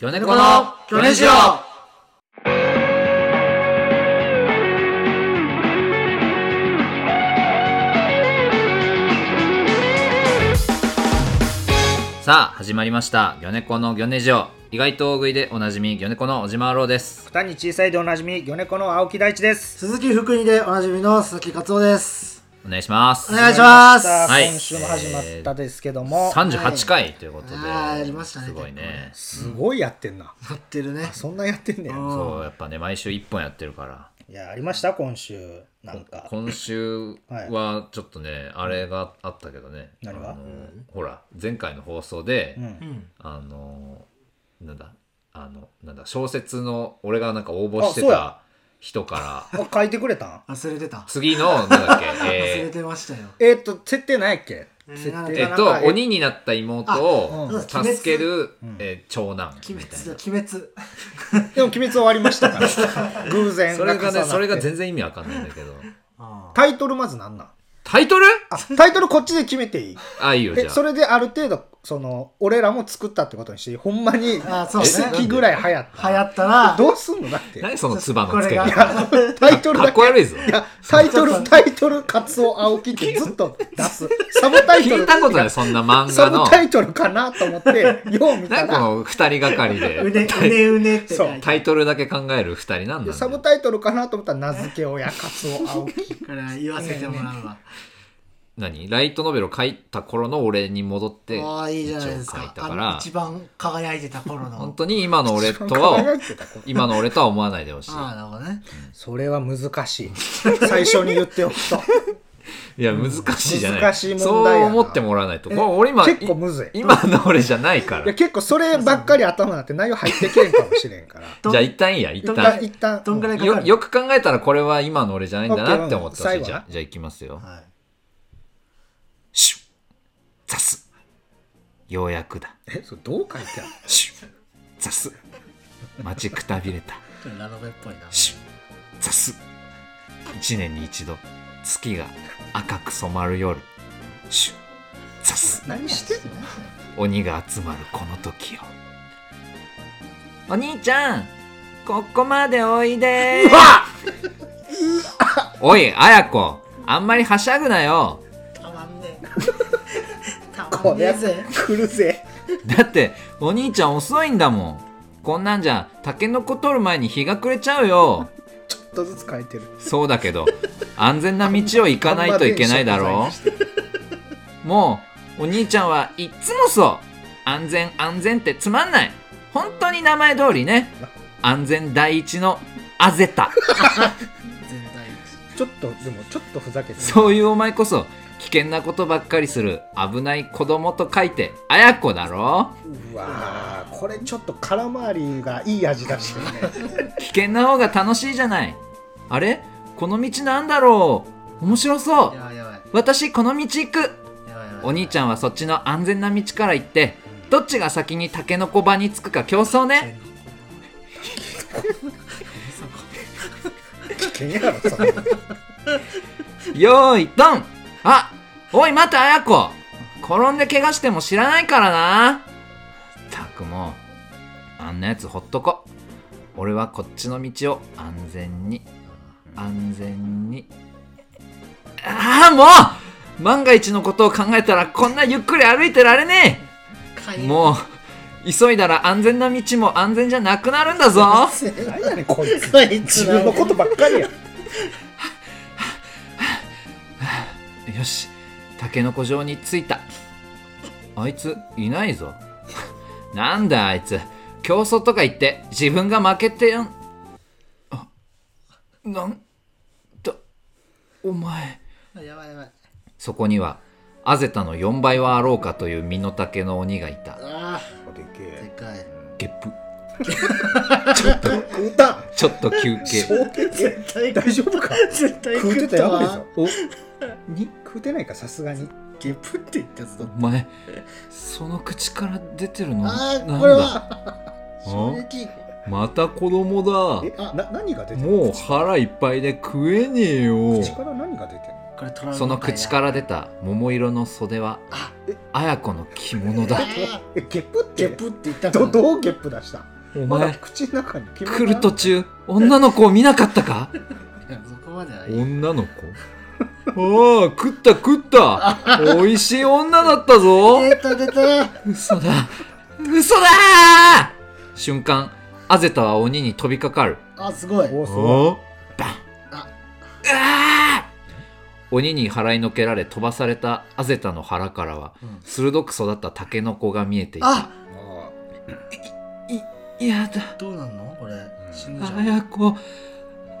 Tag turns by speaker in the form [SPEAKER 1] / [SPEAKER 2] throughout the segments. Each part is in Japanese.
[SPEAKER 1] の去年しよさあ始まりました「ギョネコのギョネジオ」意外と大食いでおなじみギョネコの小島郎です
[SPEAKER 2] 単に小さいでおなじみ、魚猫の青木大地です。
[SPEAKER 3] 鈴木福にでおなじみの鈴木勝夫です。
[SPEAKER 1] お願いします
[SPEAKER 3] お願いします
[SPEAKER 2] さあ
[SPEAKER 1] はい
[SPEAKER 2] 今週も始まったですけども、
[SPEAKER 1] 38回ということで、
[SPEAKER 3] はいあーやりましたね
[SPEAKER 1] すごいね
[SPEAKER 2] すごいやってんな。
[SPEAKER 3] やってるね。
[SPEAKER 2] そんなやってん
[SPEAKER 3] う
[SPEAKER 2] ね
[SPEAKER 3] ん
[SPEAKER 2] や。
[SPEAKER 1] そうやっぱね毎週1本やってるから
[SPEAKER 2] いや、ありました今週。なんか。
[SPEAKER 1] 今週はちょっとね、あれがあったけどね
[SPEAKER 2] 何が
[SPEAKER 1] あのほら前回の放送で、
[SPEAKER 2] うん
[SPEAKER 3] うん。
[SPEAKER 1] あのなんだあのなんだ小説の俺がなんか応募して
[SPEAKER 2] あそうや
[SPEAKER 1] た人から
[SPEAKER 2] あ書いてくれたん
[SPEAKER 3] 忘れてた。
[SPEAKER 1] 次のなんだっ け、
[SPEAKER 3] 忘れ
[SPEAKER 1] えー
[SPEAKER 3] てましたよ。
[SPEAKER 2] えっと、設定ないっけ
[SPEAKER 3] えー
[SPEAKER 2] 設
[SPEAKER 3] なん
[SPEAKER 2] 定
[SPEAKER 1] え
[SPEAKER 3] か
[SPEAKER 1] っ
[SPEAKER 2] が
[SPEAKER 1] と
[SPEAKER 2] なんか
[SPEAKER 1] 鬼になった妹を
[SPEAKER 2] うん
[SPEAKER 1] 助ける、
[SPEAKER 2] うん
[SPEAKER 1] えー長男み
[SPEAKER 3] 鬼滅
[SPEAKER 1] たい
[SPEAKER 3] だ
[SPEAKER 1] な。
[SPEAKER 3] 鬼滅。
[SPEAKER 2] でも、鬼滅終わりまし たから。偶然
[SPEAKER 1] そ
[SPEAKER 2] が
[SPEAKER 1] れ
[SPEAKER 2] 重な
[SPEAKER 1] が
[SPEAKER 2] って
[SPEAKER 1] ねそれが全然意味わかんないんだけど
[SPEAKER 3] あ
[SPEAKER 2] タイトルまずなんなん
[SPEAKER 1] タイトル
[SPEAKER 2] あ、タイトルこっちで決めていい
[SPEAKER 1] あいいよじ
[SPEAKER 2] え、
[SPEAKER 1] ゃ
[SPEAKER 2] そ
[SPEAKER 1] あ
[SPEAKER 2] れである程度、その、俺らも作ったってことにして、ほんまに、
[SPEAKER 3] あそうね
[SPEAKER 2] 奇跡ぐらい流行っ
[SPEAKER 3] 流行った
[SPEAKER 2] た。
[SPEAKER 3] ら。
[SPEAKER 2] どうすんのだって。
[SPEAKER 1] 何そのつばのつけ
[SPEAKER 3] これ
[SPEAKER 1] 方
[SPEAKER 3] が
[SPEAKER 2] タイトル
[SPEAKER 1] か
[SPEAKER 2] だ
[SPEAKER 1] っこ。
[SPEAKER 2] け
[SPEAKER 1] 悪いぞ
[SPEAKER 2] いや、タイトル、タイトル、カツオ、青木ってずっと出す。サブタイト
[SPEAKER 1] 聞い
[SPEAKER 2] ル、
[SPEAKER 1] たことないそんな漫
[SPEAKER 2] サ
[SPEAKER 1] 画
[SPEAKER 2] ブ
[SPEAKER 1] の
[SPEAKER 2] タイトルかなと思って、よう見た
[SPEAKER 1] 何こ
[SPEAKER 2] ら、
[SPEAKER 1] の二人がかり
[SPEAKER 3] う
[SPEAKER 1] で
[SPEAKER 3] ねうねうねって書いて。
[SPEAKER 1] タイトルだけ考える二人なんだ
[SPEAKER 2] サブ
[SPEAKER 1] よ
[SPEAKER 2] タイトルかなと思ったら、名付け親、カツオ、青木。
[SPEAKER 3] これは言わせてもらうわ。
[SPEAKER 1] 何ライトノベルを書いた頃の俺に戻って
[SPEAKER 3] ああいいじゃないです
[SPEAKER 1] 一応書い
[SPEAKER 3] か。
[SPEAKER 1] た
[SPEAKER 3] あ
[SPEAKER 1] か
[SPEAKER 3] の
[SPEAKER 1] ら
[SPEAKER 3] 一番輝いてた頃の。
[SPEAKER 1] 本当に今の俺と
[SPEAKER 2] 輝
[SPEAKER 1] はい
[SPEAKER 2] てたこと
[SPEAKER 1] 今の俺とは思わないでほし
[SPEAKER 3] ああなるほどね。
[SPEAKER 2] それは難しい。最初に言っておくと。
[SPEAKER 1] いいや難しいじゃない
[SPEAKER 2] 難しい問
[SPEAKER 1] そう
[SPEAKER 2] 題やな
[SPEAKER 1] 思ってもらわないとこう俺今
[SPEAKER 2] 結構むずい。い
[SPEAKER 1] 今の俺じゃないから
[SPEAKER 2] や、
[SPEAKER 1] じ
[SPEAKER 2] 結構そればっかり頭になって内容入ってけんかもしれんから。
[SPEAKER 3] ど
[SPEAKER 1] ゃあ一旦いいや一
[SPEAKER 2] 一
[SPEAKER 1] 旦
[SPEAKER 2] 旦、一旦。
[SPEAKER 3] どんぐらいかか
[SPEAKER 1] よ
[SPEAKER 3] る。
[SPEAKER 1] よく考えたらこれは今の俺じゃないんだなって思ってほし
[SPEAKER 2] 最
[SPEAKER 1] い
[SPEAKER 2] 後
[SPEAKER 1] じゃ
[SPEAKER 2] な
[SPEAKER 1] あじゃあいきますよ
[SPEAKER 3] はい。
[SPEAKER 1] シュッザスようやくだ
[SPEAKER 2] え、それどう書いてある
[SPEAKER 1] シュッザス待ちくたびれた
[SPEAKER 3] ちょっとラノベっぽいな。
[SPEAKER 1] シュッザス一年に一度月が赤く染まる夜シュッザス
[SPEAKER 2] 何してんの
[SPEAKER 1] 鬼が集まるこの時よお兄ちゃんここまでおいでおい綾子あんまりはしゃぐなよ
[SPEAKER 3] たまんねえ。たま
[SPEAKER 2] こ
[SPEAKER 3] んね
[SPEAKER 2] れ
[SPEAKER 3] えぜ。、
[SPEAKER 2] 来るぜ。
[SPEAKER 1] だってお兄ちゃん遅いんだもんこんなんじゃタケノコ取る前に日が暮れちゃうよ
[SPEAKER 2] ちょっとずつ書いてる。
[SPEAKER 1] そうだけど安全な道を行かないといけないだろうもうお兄ちゃんはいっつもそう安全安全ってつまんない本当に名前通りね安全第一のあぜた
[SPEAKER 3] 全体。
[SPEAKER 2] ちょっと、でもちょっとふざけてる。
[SPEAKER 1] そういうお前こそ危険なことばっかりする危ない子供と書いてあやこだろ
[SPEAKER 2] うわーこれちょっと空回りがいい味 出してるね
[SPEAKER 1] 危険な方が楽しいじゃないあれこの道なんだろう面白そ
[SPEAKER 3] や
[SPEAKER 1] う
[SPEAKER 3] ばいやばい。
[SPEAKER 1] 私この道行く
[SPEAKER 3] やばいやばい。
[SPEAKER 1] お兄ちゃんはそっちの安全な道から行って
[SPEAKER 3] うん
[SPEAKER 1] どっちが先にタケノコ場に着くか競争ね
[SPEAKER 2] 危険やろ それ
[SPEAKER 1] よーいドンあおい待てあやこ転んで怪我しても知らないからなたくもうあんなやつほっとこ俺はこっちの道を安全に安全にああもう万が一のことを考えたらこんなゆっくり歩いてられねえ
[SPEAKER 3] う
[SPEAKER 1] もう急いだら安全な道も安全じゃなくなるんだぞ
[SPEAKER 2] 何やねんこいつ
[SPEAKER 3] こいつ
[SPEAKER 2] 自分のことばっかり
[SPEAKER 1] よ
[SPEAKER 2] や
[SPEAKER 1] しタケノコ城に着いたあいついないぞ なんだあいつ競争とか言って自分が負けてやんあなんだお前
[SPEAKER 3] やばいやばい。
[SPEAKER 1] そこにはアゼタの4倍はあろうかという身の丈の鬼がいた
[SPEAKER 3] あ
[SPEAKER 2] で
[SPEAKER 3] あ、でかい。
[SPEAKER 1] ゲップ
[SPEAKER 2] けえ歌
[SPEAKER 1] ちょっと休 憩
[SPEAKER 3] 絶対
[SPEAKER 2] 大丈夫か
[SPEAKER 3] 絶対
[SPEAKER 2] 食うてたらやばいぞ
[SPEAKER 1] お
[SPEAKER 2] に食うてないかさすがに
[SPEAKER 3] ゲップって言ったぞ。
[SPEAKER 1] お前その口から出てるの
[SPEAKER 3] あ
[SPEAKER 1] なん
[SPEAKER 3] あ、これ
[SPEAKER 1] だ
[SPEAKER 3] は衝撃。
[SPEAKER 1] また子供だ
[SPEAKER 2] えな何が出てる
[SPEAKER 1] もう腹いっぱいで食えねえよ
[SPEAKER 2] 口から何が出てる
[SPEAKER 3] これトラウマ
[SPEAKER 1] その口から出た桃色の袖は
[SPEAKER 3] あ
[SPEAKER 1] 綾子の着物だ
[SPEAKER 3] あ
[SPEAKER 2] えゲップって
[SPEAKER 3] ゲップって言った
[SPEAKER 2] どどうゲップ出した
[SPEAKER 1] お
[SPEAKER 2] まだ
[SPEAKER 1] 前
[SPEAKER 2] 口の中に来
[SPEAKER 1] 来る途中女の子を見なかったか
[SPEAKER 3] いやそこまではいい
[SPEAKER 1] 女の子ああ食った食った美味しい女だったぞ
[SPEAKER 3] 出た出た
[SPEAKER 1] 嘘だ嘘だー瞬間アゼタは鬼に飛びかかる
[SPEAKER 3] あすごい
[SPEAKER 2] お
[SPEAKER 1] お
[SPEAKER 2] すごい
[SPEAKER 1] バン
[SPEAKER 3] あ
[SPEAKER 1] あー鬼に払いのけられ飛ばされたアゼタの腹からは
[SPEAKER 3] うん
[SPEAKER 1] 鋭く育ったタケノコが見えていた
[SPEAKER 3] あ
[SPEAKER 1] いやだ
[SPEAKER 3] どうなんのこれ死ぬじゃん
[SPEAKER 1] 綾子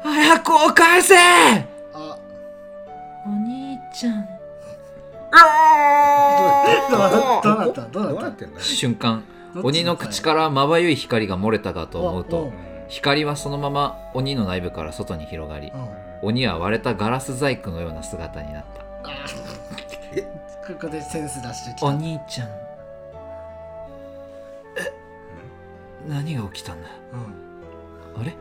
[SPEAKER 1] 綾子を返せ
[SPEAKER 3] あ
[SPEAKER 1] お兄ちゃん
[SPEAKER 3] どうなったどうな
[SPEAKER 2] どう
[SPEAKER 3] った
[SPEAKER 2] なってんだ
[SPEAKER 1] 瞬間鬼の口からまばゆい光が漏れたかと思う
[SPEAKER 3] お
[SPEAKER 1] と光はそのまま鬼の内部から外に広がり
[SPEAKER 3] うん
[SPEAKER 1] 鬼は割れたガラス細工のような姿になった
[SPEAKER 3] あここでセンス出してき
[SPEAKER 1] お
[SPEAKER 3] た
[SPEAKER 1] 兄ちゃんえ何が起きたんだ
[SPEAKER 3] うん
[SPEAKER 1] あれ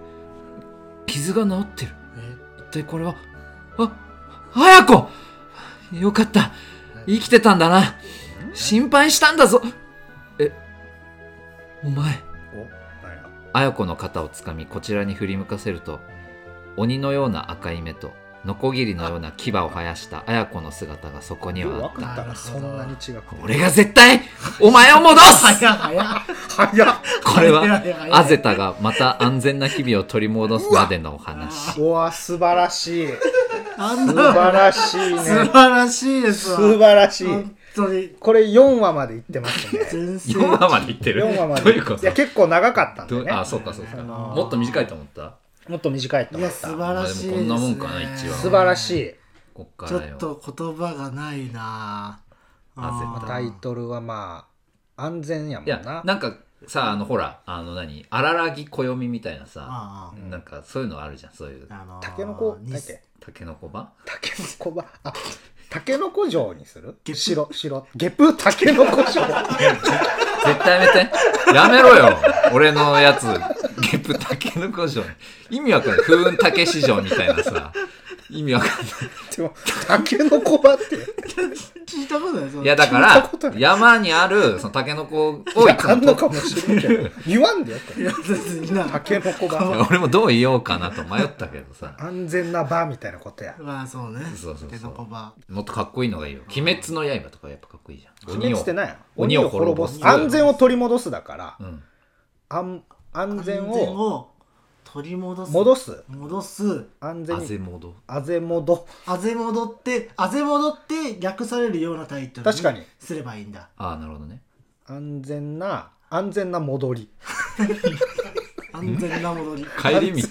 [SPEAKER 1] 傷が治ってる
[SPEAKER 3] え
[SPEAKER 1] 一体これはあ綾子よかった生きてたんだな心配したんだぞえお前
[SPEAKER 2] おなんや
[SPEAKER 1] 綾子の肩をつかみこちらに振り向かせると鬼のような赤い目とノコギリのような牙を生やした綾子の姿がそこにはあ
[SPEAKER 2] 分
[SPEAKER 1] っ
[SPEAKER 2] かったたらそんなに違くて
[SPEAKER 1] 俺が絶対お前を戻す
[SPEAKER 3] 早早
[SPEAKER 2] 早っ
[SPEAKER 1] これはアゼ
[SPEAKER 3] た
[SPEAKER 1] タがまた安全な日々を取り戻すまでのお話
[SPEAKER 2] うわ素晴らしい
[SPEAKER 3] あん
[SPEAKER 2] 素
[SPEAKER 3] な
[SPEAKER 2] 晴らしいね
[SPEAKER 3] 素晴らしいですわ
[SPEAKER 2] 素晴らしい
[SPEAKER 3] 本当に
[SPEAKER 2] これ4話までいってました ね
[SPEAKER 3] 全然
[SPEAKER 1] 4話までいってる
[SPEAKER 2] 4話まで
[SPEAKER 1] どういうこと
[SPEAKER 2] や結構長かったん
[SPEAKER 1] ど
[SPEAKER 2] で
[SPEAKER 1] う
[SPEAKER 2] ね
[SPEAKER 1] あそうかそうか
[SPEAKER 2] あの
[SPEAKER 1] もっと短いと思った
[SPEAKER 2] もっと短いと
[SPEAKER 3] い
[SPEAKER 2] 思っ
[SPEAKER 3] や
[SPEAKER 2] た
[SPEAKER 3] 素晴らしいです、ね、
[SPEAKER 1] まあでもこんなもんかな一話
[SPEAKER 2] 素晴らしい
[SPEAKER 1] こっか
[SPEAKER 3] ちょ
[SPEAKER 1] ら
[SPEAKER 3] っ
[SPEAKER 1] よ
[SPEAKER 3] と言葉がないな
[SPEAKER 1] あ
[SPEAKER 2] タイトルはまあ安全やもん
[SPEAKER 1] いや
[SPEAKER 2] な
[SPEAKER 1] なんかさあのほらあの何荒らぎ暦みたいなさなんかそういうのあるじゃんそういう
[SPEAKER 3] あの
[SPEAKER 2] タケノコだっけ
[SPEAKER 1] タケノコ場
[SPEAKER 2] タケノコばあタケノコ城にする白白ゲプタケノコ城
[SPEAKER 1] 絶対やめて。やめろよ。俺のやつ、ゲップタケノコ城。意味わかんない。風雲竹市場みたいなさ。意味わかんな
[SPEAKER 2] でもタケノコばって
[SPEAKER 3] 聞いたことないそ
[SPEAKER 1] い。
[SPEAKER 3] れ
[SPEAKER 1] いや、だか
[SPEAKER 2] 聞いたこと
[SPEAKER 1] ら
[SPEAKER 2] な、い
[SPEAKER 1] 山にある、そのタケノコをいつ
[SPEAKER 2] あんの
[SPEAKER 1] も
[SPEAKER 2] か
[SPEAKER 1] と。
[SPEAKER 2] もしれんけど言わんでよこ
[SPEAKER 3] い
[SPEAKER 2] れ
[SPEAKER 3] や別にな
[SPEAKER 2] タケノコ
[SPEAKER 1] い
[SPEAKER 2] ば
[SPEAKER 1] や 俺もどう言おうかなと迷ったけどさ。
[SPEAKER 2] 安全な場みたいなことや
[SPEAKER 3] まあそうね
[SPEAKER 1] そうそうそう
[SPEAKER 3] タケノコバ
[SPEAKER 1] もっとかっこいいのがいいよ。鬼滅の刃とかやっぱかっこいいじゃん。
[SPEAKER 2] 鬼滅ってないや
[SPEAKER 1] 鬼を滅ぼす
[SPEAKER 2] 安全を取り戻すだから
[SPEAKER 1] うん。
[SPEAKER 2] 安安全
[SPEAKER 3] 安
[SPEAKER 2] を
[SPEAKER 3] 取り戻す
[SPEAKER 2] 戻す
[SPEAKER 3] 戻す
[SPEAKER 2] 安全
[SPEAKER 1] あ
[SPEAKER 2] に
[SPEAKER 1] ぜモード。
[SPEAKER 2] あぜ戻
[SPEAKER 3] あぜ戻ってあぜ戻って略されるようなタイトル
[SPEAKER 2] 確かに
[SPEAKER 3] すればいいんだ
[SPEAKER 1] ああ、なるほどね。
[SPEAKER 2] 安全な安全な戻り
[SPEAKER 3] 安全な戻り
[SPEAKER 1] 帰り道。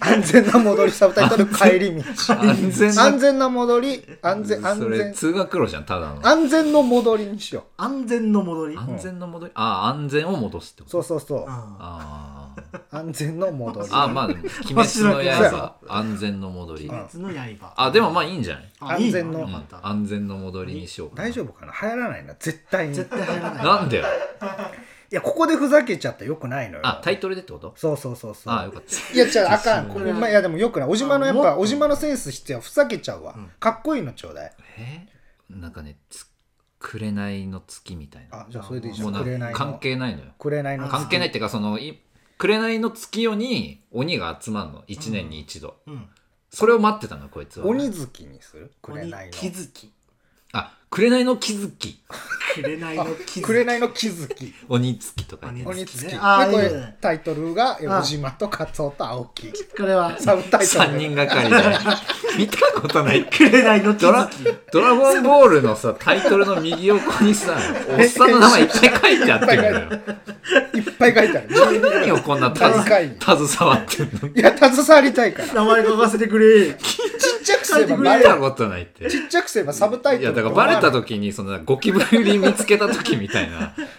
[SPEAKER 2] 安全な戻りサブタイトル帰り道
[SPEAKER 1] 安全な
[SPEAKER 2] 安全な戻り安全安
[SPEAKER 1] それ、
[SPEAKER 2] 全
[SPEAKER 1] 通学路じゃん、ただの。
[SPEAKER 2] 安全の戻りにしよ
[SPEAKER 3] 安全の戻り
[SPEAKER 1] 安全の戻り。ああ、安全を戻すってこ
[SPEAKER 2] う
[SPEAKER 1] と。
[SPEAKER 2] そうそうそう
[SPEAKER 3] うん
[SPEAKER 1] ああ。
[SPEAKER 2] 安全の戻り
[SPEAKER 1] あまあでも「鬼 滅の刃」安全の戻り
[SPEAKER 3] 鬼滅の刃
[SPEAKER 1] あでもまあいいんじゃない、
[SPEAKER 3] あ
[SPEAKER 2] 安全の
[SPEAKER 3] いい
[SPEAKER 1] うん
[SPEAKER 3] よかった
[SPEAKER 1] 安全の戻りにしよう
[SPEAKER 2] 大丈夫かな流行らないな絶対にい
[SPEAKER 3] 絶対入らない
[SPEAKER 1] なんでよ
[SPEAKER 2] やここでふざけちゃったらよくないのよ
[SPEAKER 1] あタイトルでってこと
[SPEAKER 2] そうそうそうそう
[SPEAKER 1] あよかった
[SPEAKER 2] いや違うあかんこれ、まあ、いやでもよくない小島のや
[SPEAKER 3] あ
[SPEAKER 2] っ
[SPEAKER 3] もっ
[SPEAKER 2] ぱ
[SPEAKER 3] と
[SPEAKER 2] 小島のセンス必要ふざけちゃうわ、
[SPEAKER 3] うん
[SPEAKER 2] かっこいいのちょうだい
[SPEAKER 1] えなんかねつ「紅の月」みたい
[SPEAKER 2] あ
[SPEAKER 1] な
[SPEAKER 2] じゃあそれでいいじゃ
[SPEAKER 1] もうんなんか
[SPEAKER 2] 紅
[SPEAKER 1] 関
[SPEAKER 2] の
[SPEAKER 1] 係ないのよ
[SPEAKER 2] 紅の
[SPEAKER 1] 関係ないっていうかそのい紅の月夜に鬼が集まるの1年に一度、
[SPEAKER 3] うん
[SPEAKER 1] それを待ってたのこいつは
[SPEAKER 2] 鬼月にする紅
[SPEAKER 3] 鬼
[SPEAKER 2] の
[SPEAKER 3] 気づき
[SPEAKER 1] あ紅の気づき
[SPEAKER 3] 紅の気づき
[SPEAKER 2] 紅の気づき
[SPEAKER 1] 鬼月とか言って
[SPEAKER 2] 鬼月で
[SPEAKER 3] あー
[SPEAKER 2] こ
[SPEAKER 3] いい
[SPEAKER 2] れ
[SPEAKER 3] ね
[SPEAKER 2] タイトルがえ小島とカツオと青木
[SPEAKER 3] これは
[SPEAKER 2] サブタイト
[SPEAKER 1] 3
[SPEAKER 2] ル
[SPEAKER 1] 人
[SPEAKER 2] で
[SPEAKER 1] がかり で見たことない
[SPEAKER 3] 紅の気
[SPEAKER 1] ドラ
[SPEAKER 3] づき
[SPEAKER 1] ドラゴンボールのさ、タイトルの右横にさ、おっさんの名前いっぱ い書いてあってるんだよ。
[SPEAKER 2] いっぱい書いてある
[SPEAKER 1] 何をこんなたず
[SPEAKER 2] 大会議
[SPEAKER 1] 携わってんの
[SPEAKER 2] いや携わりたいからち
[SPEAKER 3] 名前書かせてくれ
[SPEAKER 2] っちゃくす
[SPEAKER 3] 書い
[SPEAKER 2] れば
[SPEAKER 3] てく
[SPEAKER 2] バ
[SPEAKER 3] れ
[SPEAKER 1] 見
[SPEAKER 2] レ
[SPEAKER 1] た
[SPEAKER 2] る
[SPEAKER 1] ことないって。
[SPEAKER 2] ちっちゃくすればサブタイ
[SPEAKER 1] い
[SPEAKER 2] トル
[SPEAKER 1] や、だからバレた
[SPEAKER 2] と
[SPEAKER 1] 時に、そのゴキブリ見つけた時みたい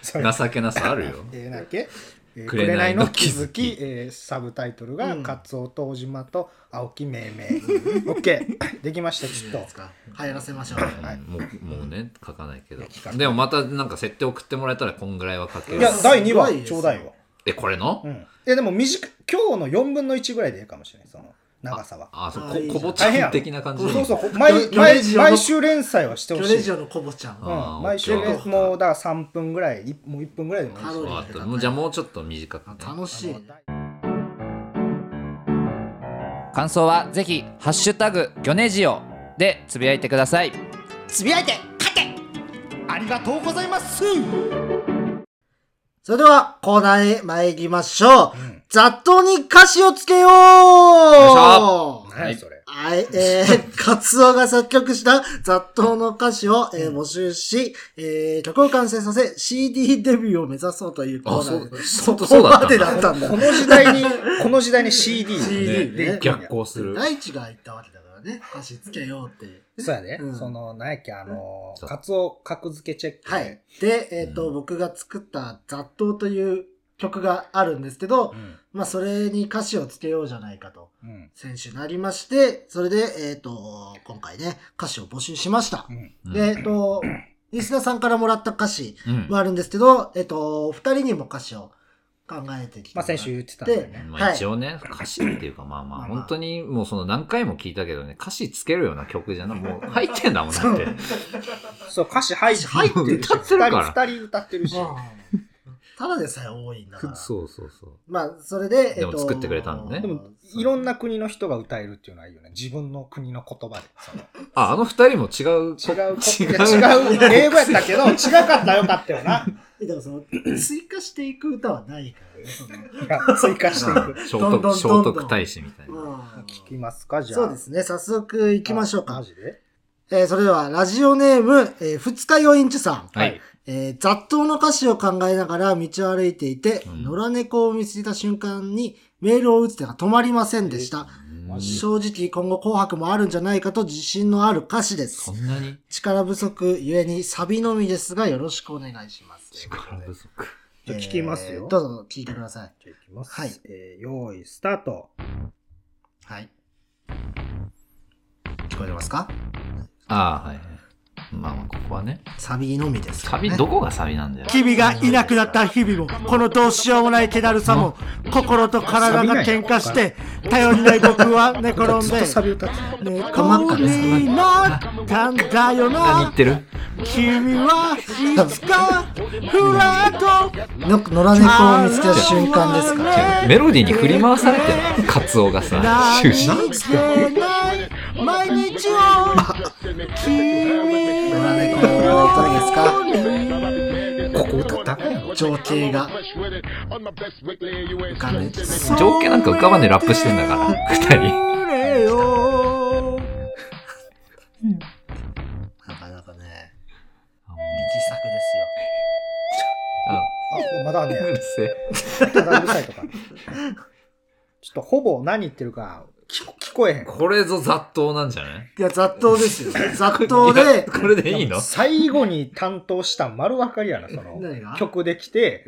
[SPEAKER 2] そう
[SPEAKER 1] な情けなさあるよ。
[SPEAKER 2] えー、なんだっけえー
[SPEAKER 1] 紅
[SPEAKER 2] 紅
[SPEAKER 1] の
[SPEAKER 2] の
[SPEAKER 1] 気
[SPEAKER 2] 気
[SPEAKER 1] づ
[SPEAKER 2] づ
[SPEAKER 1] き
[SPEAKER 2] き、えーサブタイトルが、
[SPEAKER 3] うん
[SPEAKER 2] カツオと小島と青木命 名。オッケー、 できました、ちょっと。
[SPEAKER 3] 流行らせましょう
[SPEAKER 2] はい
[SPEAKER 1] うんもうもうね、書かないけど
[SPEAKER 2] いや書か。ない
[SPEAKER 1] でもまたなんか設定送ってもらえたらこんぐらいは書け
[SPEAKER 2] い
[SPEAKER 1] る
[SPEAKER 2] や。、第2話
[SPEAKER 3] すごいですね
[SPEAKER 2] ちょうだいよ。
[SPEAKER 1] え、これの
[SPEAKER 2] うん。いや、でも短い、今日の4分の1ぐらいでいいかもしれない。その、長さは。
[SPEAKER 1] あそう
[SPEAKER 3] あいいじゃん
[SPEAKER 1] ここぼちゃ
[SPEAKER 2] 大変や
[SPEAKER 1] ん
[SPEAKER 2] ん
[SPEAKER 1] 的な感じ
[SPEAKER 2] そう
[SPEAKER 1] で
[SPEAKER 2] そう、毎
[SPEAKER 3] 魚レ
[SPEAKER 2] 毎
[SPEAKER 3] ジを
[SPEAKER 2] 毎週連載はして
[SPEAKER 3] 魚
[SPEAKER 2] ほ
[SPEAKER 3] レ
[SPEAKER 2] し
[SPEAKER 3] ジ
[SPEAKER 2] い。
[SPEAKER 3] オのコボちゃん
[SPEAKER 2] う
[SPEAKER 1] あー
[SPEAKER 2] ん、毎週
[SPEAKER 1] オッケーオッケー
[SPEAKER 2] もうだから3分ぐらいいもう1分ぐらいでもいい
[SPEAKER 3] カロリー
[SPEAKER 1] わかったもうじゃあもうちょっと短くね
[SPEAKER 3] 楽しいね
[SPEAKER 1] 感想はぜひハッシュタグ魚ネジオ」でつぶやいてください
[SPEAKER 2] つぶやいて勝てありがとうございます
[SPEAKER 3] それではコーナーへ参りましょう、
[SPEAKER 2] ん
[SPEAKER 3] ざっとに歌詞をつけよう
[SPEAKER 1] よはい
[SPEAKER 2] 何それ
[SPEAKER 3] はい、えー、カツオが作曲した雑踏の歌詞を、えー募集し、えー、曲を完成させ、CD デビューを目指そうというコーナーで
[SPEAKER 1] あ
[SPEAKER 3] す。
[SPEAKER 1] そう
[SPEAKER 3] こ
[SPEAKER 1] そうだった
[SPEAKER 3] までだったんだ
[SPEAKER 2] こ。の時代にこの時代に CD
[SPEAKER 1] ね
[SPEAKER 3] CD ね。
[SPEAKER 1] 逆行する
[SPEAKER 3] 大地が言ったわけだからね、歌詞つけようって。
[SPEAKER 2] そうやで、
[SPEAKER 3] うん
[SPEAKER 2] その何やっけあの
[SPEAKER 1] そう
[SPEAKER 2] カツオ格付けチェックで
[SPEAKER 3] はい。で、えっ、と、
[SPEAKER 1] うん
[SPEAKER 3] 僕が作った雑踏という曲があるんですけど、
[SPEAKER 2] うん
[SPEAKER 3] まあ、それに歌詞をつけようじゃないかと、
[SPEAKER 2] うん
[SPEAKER 3] 選手になりまして、それで、えっ、と、今回ね、歌詞を募集しました。
[SPEAKER 2] うん
[SPEAKER 1] うん
[SPEAKER 3] で、えっ、と、リスナーさんからもらった歌詞
[SPEAKER 1] うん
[SPEAKER 3] もあるんですけど、えっ、と、お二人にも歌詞を考えてきて。
[SPEAKER 2] まあ先週言ってたんだよね
[SPEAKER 1] ま
[SPEAKER 3] は
[SPEAKER 1] あ、
[SPEAKER 3] い
[SPEAKER 1] 一応ね、歌詞っていうかまあまあ
[SPEAKER 3] まあまあ
[SPEAKER 1] 本当にもうその何回も聞いたけどね歌詞つけるような曲 じゃなもう入ってんだもんだって
[SPEAKER 2] そう歌詞入って入ってるし
[SPEAKER 1] 歌ってるから
[SPEAKER 2] 2人歌ってるし
[SPEAKER 3] うんただでさえ多いんだから。
[SPEAKER 1] そうそうそう
[SPEAKER 3] まあ、それで、
[SPEAKER 1] でも作ってくれたんだね
[SPEAKER 2] でもいろんな国の人が歌えるっていうのはいいよね自分の国の言葉でその
[SPEAKER 1] ああの二人も違 う
[SPEAKER 2] 違う
[SPEAKER 1] 違
[SPEAKER 2] 違
[SPEAKER 1] う
[SPEAKER 2] う違う英語やったけど違かったらよかったよな
[SPEAKER 3] えでもそ の、追加していく歌はないからね。その
[SPEAKER 2] いや追加していく
[SPEAKER 1] 聖
[SPEAKER 3] どんどんどんど
[SPEAKER 1] 徳
[SPEAKER 3] ん
[SPEAKER 1] 聖徳太子みたいな
[SPEAKER 3] うん
[SPEAKER 2] 聞きますかじゃあ
[SPEAKER 3] そうですね、早速行
[SPEAKER 2] 行
[SPEAKER 3] きましょうか
[SPEAKER 2] マ。ジで
[SPEAKER 3] えーそれでは、ラジオネーム、えー二日酔いんちゅさん。
[SPEAKER 1] はい
[SPEAKER 3] えー雑踏の歌詞を考えながら道を歩いていて、
[SPEAKER 1] うん
[SPEAKER 3] 野良猫を見つけた瞬間にメールを打つ手が止まりませんでした。
[SPEAKER 1] うん
[SPEAKER 3] 正直、今後紅白もあるんじゃないかと自信のある歌詞で
[SPEAKER 1] そ
[SPEAKER 3] す。
[SPEAKER 1] んなに
[SPEAKER 3] 力不足ゆえにサビのみですがよろしくお願いします。
[SPEAKER 1] 力不足
[SPEAKER 2] じゃあ聞きますよ
[SPEAKER 3] えーどうぞ聞いてください。
[SPEAKER 2] じゃあいきます。
[SPEAKER 3] はい
[SPEAKER 2] えー、用意、スタート。
[SPEAKER 3] はい。聞こえてますか
[SPEAKER 1] ああはいはいまあまあここはね
[SPEAKER 3] サビのみですか
[SPEAKER 1] サ
[SPEAKER 3] らね、
[SPEAKER 1] ビどこがサビなんだよ
[SPEAKER 3] 君がいなくなった日々も、このどうしようもない手だるさも、心と体が喧嘩して、頼りない僕は寝転ん
[SPEAKER 2] ずっとサ
[SPEAKER 3] で、
[SPEAKER 2] ビ歌ってた。
[SPEAKER 3] 猫になったんだよ
[SPEAKER 1] 何言
[SPEAKER 3] な
[SPEAKER 1] っ。てる
[SPEAKER 3] 君はいつか、ふらっと。野良
[SPEAKER 4] 猫を見つけた瞬間ですか
[SPEAKER 1] メロディーに振り回されてるカツオがさ終始
[SPEAKER 3] 何気 ない毎日を君野良猫どう
[SPEAKER 2] ここ歌った
[SPEAKER 3] 情景が浮かんで
[SPEAKER 1] 情景なんか浮かばねえラップしてんだから二人
[SPEAKER 3] なかなかね、力作ですよ。
[SPEAKER 1] あ
[SPEAKER 2] あ、まだあん
[SPEAKER 1] う
[SPEAKER 2] ね
[SPEAKER 1] るせえ
[SPEAKER 2] ただうるさいとか。ちょっとほぼ何言ってるか聞こ聞こえへん。
[SPEAKER 1] これぞ雑踏なんじゃない
[SPEAKER 3] いや、雑踏ですよ。雑踏
[SPEAKER 1] いや
[SPEAKER 3] で、
[SPEAKER 1] これでいいの
[SPEAKER 2] 最後に担当した丸分かりやな、その
[SPEAKER 3] 何が
[SPEAKER 2] 曲できて、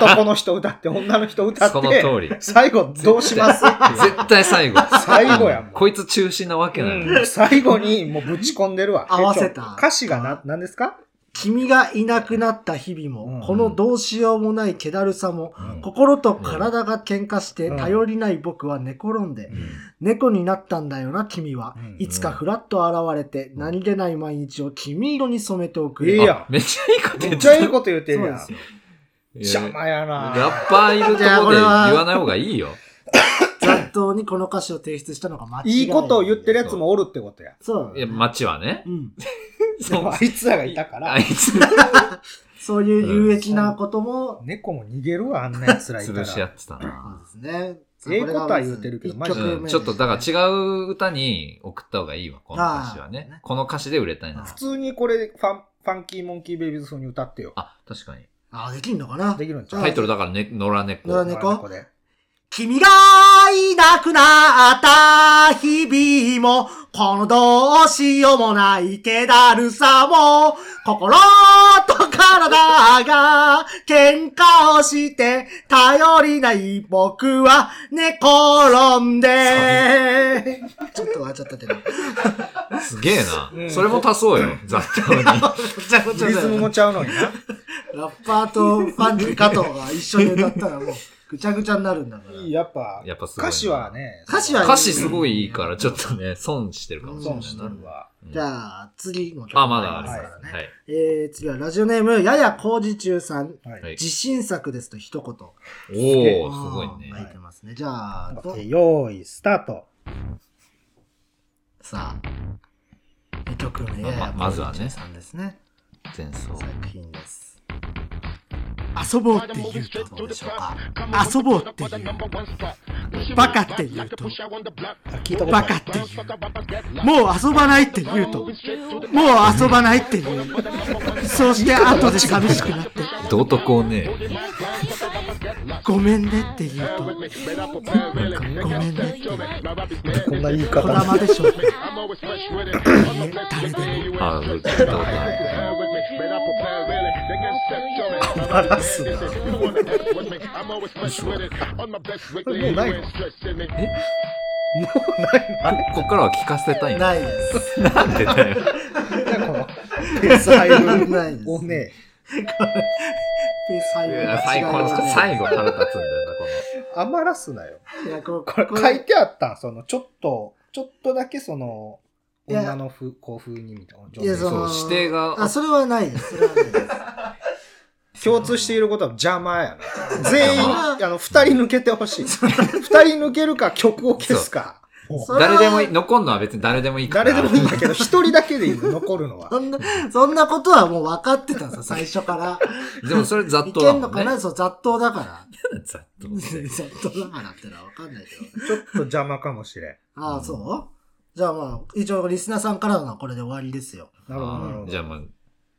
[SPEAKER 2] 男の人歌って、女の人歌っ
[SPEAKER 1] その通
[SPEAKER 2] て、
[SPEAKER 1] り
[SPEAKER 2] 最後どうします
[SPEAKER 1] 絶対最後
[SPEAKER 2] 最後やもん
[SPEAKER 1] こいつ中心なわけなの
[SPEAKER 2] うん最後にもうぶち込んでるわ。
[SPEAKER 3] 合わせた
[SPEAKER 2] えちょ歌詞がな何ですか
[SPEAKER 3] 君がいなくなった日々も、
[SPEAKER 2] うん
[SPEAKER 3] このどうしようもない気だるさも、
[SPEAKER 2] ん
[SPEAKER 3] 心と体が喧嘩して、
[SPEAKER 2] うん
[SPEAKER 3] 頼りない僕は寝転んで、
[SPEAKER 1] うん
[SPEAKER 3] 猫になったんだよな、君は。
[SPEAKER 2] うん
[SPEAKER 3] いつかふらっと現れて、何気ない毎日を君色に染めておく
[SPEAKER 2] い
[SPEAKER 3] れ。
[SPEAKER 2] いやん
[SPEAKER 1] めっちゃいいこと
[SPEAKER 2] め
[SPEAKER 1] 言
[SPEAKER 2] っ
[SPEAKER 1] っ
[SPEAKER 2] ちゃ
[SPEAKER 1] て
[SPEAKER 2] いい
[SPEAKER 1] る
[SPEAKER 2] こと言ってる
[SPEAKER 3] そう
[SPEAKER 2] や
[SPEAKER 3] で
[SPEAKER 2] ん。
[SPEAKER 3] すよ。
[SPEAKER 2] 邪魔やな
[SPEAKER 1] ラッパーいるとこで言わない方がいいよ
[SPEAKER 3] 雑踏にこの歌詞を提出したのが間違いない。
[SPEAKER 2] いいことを言ってるやつもおるってことや。
[SPEAKER 3] そう。
[SPEAKER 1] いや街はね
[SPEAKER 3] うん。
[SPEAKER 2] で
[SPEAKER 1] そ
[SPEAKER 2] も
[SPEAKER 1] う
[SPEAKER 2] あいつらがいたか
[SPEAKER 1] あ
[SPEAKER 2] ら
[SPEAKER 1] い、つ
[SPEAKER 3] そういう有益なことも、
[SPEAKER 2] 猫も逃げるわ、あんなやつらい た
[SPEAKER 1] 潰し合
[SPEAKER 2] ら。
[SPEAKER 1] ってた
[SPEAKER 3] そう
[SPEAKER 1] な
[SPEAKER 3] ですね。
[SPEAKER 2] ええことは言うてるけど
[SPEAKER 3] これがまず
[SPEAKER 2] マ
[SPEAKER 3] 一
[SPEAKER 2] ジ
[SPEAKER 3] 曲
[SPEAKER 1] う
[SPEAKER 3] 目
[SPEAKER 1] んちょっとだから違う歌に送った方がいいわこの歌詞は
[SPEAKER 3] あ
[SPEAKER 1] ね
[SPEAKER 3] ー
[SPEAKER 1] この歌詞で売れたいな
[SPEAKER 2] 普通にこれファン、ファンキーモンキーベイビーズ風に歌ってよ。
[SPEAKER 1] あ確かに
[SPEAKER 3] あ、できんのかな
[SPEAKER 2] できるんちゃう
[SPEAKER 1] タイトルだからね野良猫
[SPEAKER 3] 野良猫
[SPEAKER 2] これ
[SPEAKER 3] 君がいなくなった日々も、このどうしようもない気だるさも、心と体が喧嘩をして、頼りない僕は寝転んで。ちょっと笑っちゃったけど。
[SPEAKER 1] すげえ
[SPEAKER 2] う
[SPEAKER 1] なんそれも足そうよ雑踏 に
[SPEAKER 2] リズムもちゃうのにな。
[SPEAKER 3] ラッパーとファンキー加藤が一緒に歌ったらもう、ぐちゃぐちゃになるんだから。
[SPEAKER 2] やっぱ、
[SPEAKER 1] やっぱすごいな
[SPEAKER 2] 歌詞はね、
[SPEAKER 3] 歌詞は
[SPEAKER 1] 歌詞すごいいいから、ちょっとね、損してるかもしれ
[SPEAKER 2] 損
[SPEAKER 1] ない
[SPEAKER 2] して
[SPEAKER 1] な。
[SPEAKER 2] るわ。
[SPEAKER 1] うん
[SPEAKER 3] じゃあ、次の曲
[SPEAKER 1] あ、まだある
[SPEAKER 2] は
[SPEAKER 1] か
[SPEAKER 2] い
[SPEAKER 1] らね。はい。
[SPEAKER 3] えー、次はラジオネーム、やや工事中さん。
[SPEAKER 2] はい
[SPEAKER 1] はい
[SPEAKER 3] 自信作ですと一言。
[SPEAKER 1] おー、すごいね。
[SPEAKER 3] 書いてますね。じゃあ、ど
[SPEAKER 2] え用意スタート。
[SPEAKER 3] さあ、曲名、
[SPEAKER 1] ま
[SPEAKER 3] やや
[SPEAKER 1] まずはね
[SPEAKER 3] 工事中さんですね。
[SPEAKER 1] 前奏。
[SPEAKER 3] 作品です。遊ぼうって言うとどうでしょうか遊ぼうっていうバカって言うと
[SPEAKER 2] 聞いたこと
[SPEAKER 3] バ
[SPEAKER 2] ない
[SPEAKER 3] カって言うもう遊ばないって言うともう遊ばないって言うそうして後で寂しくなって
[SPEAKER 1] 道徳をね、
[SPEAKER 3] ごめんねって言うとごめんねって言う
[SPEAKER 2] こんな言い
[SPEAKER 3] こだ
[SPEAKER 2] 方。
[SPEAKER 3] までしょうか
[SPEAKER 5] 誰でも
[SPEAKER 1] あー、聞いたことない。
[SPEAKER 2] らすなもうないの
[SPEAKER 1] ここからは聞かせたいんだ。
[SPEAKER 3] ないです
[SPEAKER 1] なんでだよ。
[SPEAKER 2] じゃあこの、手細分
[SPEAKER 3] ないです
[SPEAKER 2] をね、
[SPEAKER 1] 最後の、最後腹立つんだよな、こ
[SPEAKER 2] 余らすなよ。
[SPEAKER 3] いやこ
[SPEAKER 2] これ
[SPEAKER 3] こ
[SPEAKER 2] 書いてあった、その、ちょっと、ちょっとだけその、
[SPEAKER 3] いや
[SPEAKER 2] 女の風、こう風にみたいな。
[SPEAKER 3] いやその
[SPEAKER 1] そう指定が
[SPEAKER 3] あそれはないですそれはないです
[SPEAKER 2] 共通していることは邪魔 やな。全員、あの、二人抜けてほしい。二人抜けるか、曲を消すか。もう
[SPEAKER 3] そ
[SPEAKER 1] の。
[SPEAKER 3] れは
[SPEAKER 1] 誰でもいい、残るのは別に誰でもいいから。
[SPEAKER 2] 誰でもいいんだけど、一人だけでいいの、残るのは。
[SPEAKER 3] そんな、そんなことはもう分かってたんですよ、最初から。
[SPEAKER 1] でもそれざっ
[SPEAKER 3] い
[SPEAKER 1] と
[SPEAKER 3] け
[SPEAKER 1] だ
[SPEAKER 3] ん
[SPEAKER 1] も
[SPEAKER 3] の
[SPEAKER 1] ん
[SPEAKER 3] か
[SPEAKER 1] ね
[SPEAKER 3] な。そう、雑踏だから。
[SPEAKER 1] ざっと。
[SPEAKER 3] 雑踏だからってのは分かんないけど。
[SPEAKER 2] ちょっと邪魔かもしれん。
[SPEAKER 3] ああ、そうじゃあまあ、一応リスナーさんからのはこれで終わりですよ。
[SPEAKER 2] なるほど、な
[SPEAKER 1] あ
[SPEAKER 2] るほ
[SPEAKER 1] ー
[SPEAKER 2] ど。
[SPEAKER 1] じゃあまあ、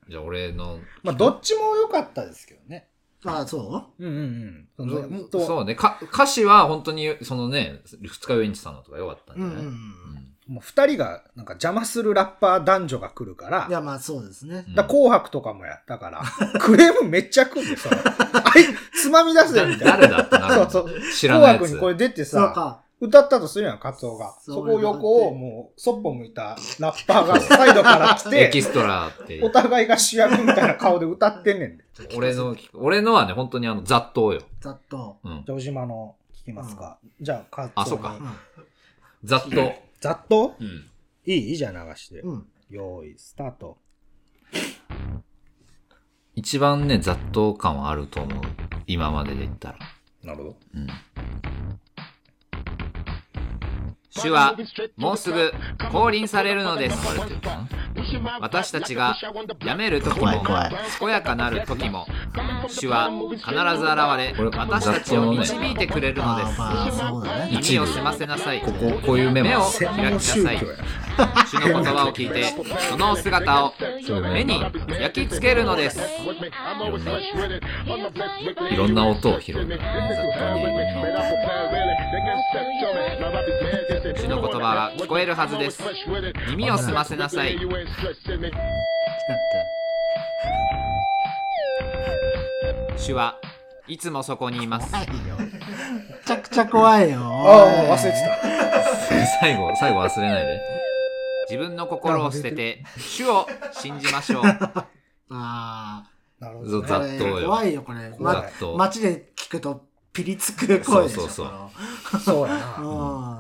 [SPEAKER 1] じゃあ俺の、
[SPEAKER 2] まあ、どっちも良かったですけどね。
[SPEAKER 3] ああ、そう
[SPEAKER 2] うんうんうん。
[SPEAKER 1] そ
[SPEAKER 2] 本
[SPEAKER 1] う
[SPEAKER 2] 当
[SPEAKER 1] そうね、か歌詞は本当に、そのね、二日酔いんちさんのとか良かったんじ
[SPEAKER 3] う
[SPEAKER 1] ゃ
[SPEAKER 3] ん
[SPEAKER 1] な
[SPEAKER 3] う
[SPEAKER 1] い、
[SPEAKER 3] んう
[SPEAKER 1] うん
[SPEAKER 3] ん。
[SPEAKER 2] もう二人が、なんか邪魔するラッパー男女が来るから、
[SPEAKER 3] いやまあそうですね。
[SPEAKER 2] だから紅白とかもやったから、クレームめっちゃ来るでさ、あい、つまみ出せみたいな。
[SPEAKER 1] 誰だってなるの
[SPEAKER 2] そうそう。
[SPEAKER 1] 知ら
[SPEAKER 2] 紅
[SPEAKER 1] ないや
[SPEAKER 2] 白に
[SPEAKER 1] つ
[SPEAKER 2] こ。れ出て
[SPEAKER 3] そう
[SPEAKER 2] さ、
[SPEAKER 3] か。
[SPEAKER 2] 歌ったとするやん、カツオが。
[SPEAKER 3] そう
[SPEAKER 2] そこを横をもう、そっぽ向いたラッパーがサイドから 来
[SPEAKER 1] エキ
[SPEAKER 2] て、
[SPEAKER 1] ストラって
[SPEAKER 2] お。互いが主役みたいな顔で歌ってんねんで。
[SPEAKER 1] 俺の、俺のはね、本当にあの、雑踏よ。
[SPEAKER 3] 雑踏。
[SPEAKER 1] うん。
[SPEAKER 2] 城島の聞きますか。じゃあ、カツ
[SPEAKER 1] あそ
[SPEAKER 2] オに。
[SPEAKER 1] うか
[SPEAKER 3] うん。
[SPEAKER 1] 雑踏。
[SPEAKER 2] ざっと
[SPEAKER 1] うん。
[SPEAKER 2] いいいいじゃあ流して。
[SPEAKER 3] うん。
[SPEAKER 2] 用意、スタート。
[SPEAKER 1] 一番ね、雑踏感はあると思う。今までで言ったら。
[SPEAKER 2] なるほど。
[SPEAKER 1] うん。主は、もうすぐ降臨されるのです。あれって言ったの私たちが病める時も
[SPEAKER 3] 怖い怖い
[SPEAKER 1] 健やかなる時も主は必ず現れ私たちを導いてくれるので
[SPEAKER 3] ああ
[SPEAKER 1] す
[SPEAKER 3] まあそうだね。
[SPEAKER 1] 耳を澄ませなさいこここういう目も目を開きなさい主の言葉を聞いてそのお姿を目に焼き付けるのですいろんないろんな音を拾うんだね雑踏にはいろんな音主の言葉が聞こえるはずです耳を澄ませなさい主はいつもそこにいます
[SPEAKER 3] めちゃくちゃ怖いよ。
[SPEAKER 2] ああ、忘れてた。
[SPEAKER 1] 最後、最後忘れないで。自分の心を捨てて、主を信じましょう。
[SPEAKER 3] あ
[SPEAKER 2] なるほ
[SPEAKER 1] そう
[SPEAKER 2] ど、ね。
[SPEAKER 1] ざ
[SPEAKER 3] あ。
[SPEAKER 1] 雑踏よ
[SPEAKER 3] これ怖いよ、これ。
[SPEAKER 1] ざ
[SPEAKER 3] ま
[SPEAKER 1] っと。
[SPEAKER 3] 街で聞くとピリつく声でしょ。
[SPEAKER 1] そうそうそう
[SPEAKER 2] そうやな。
[SPEAKER 3] これう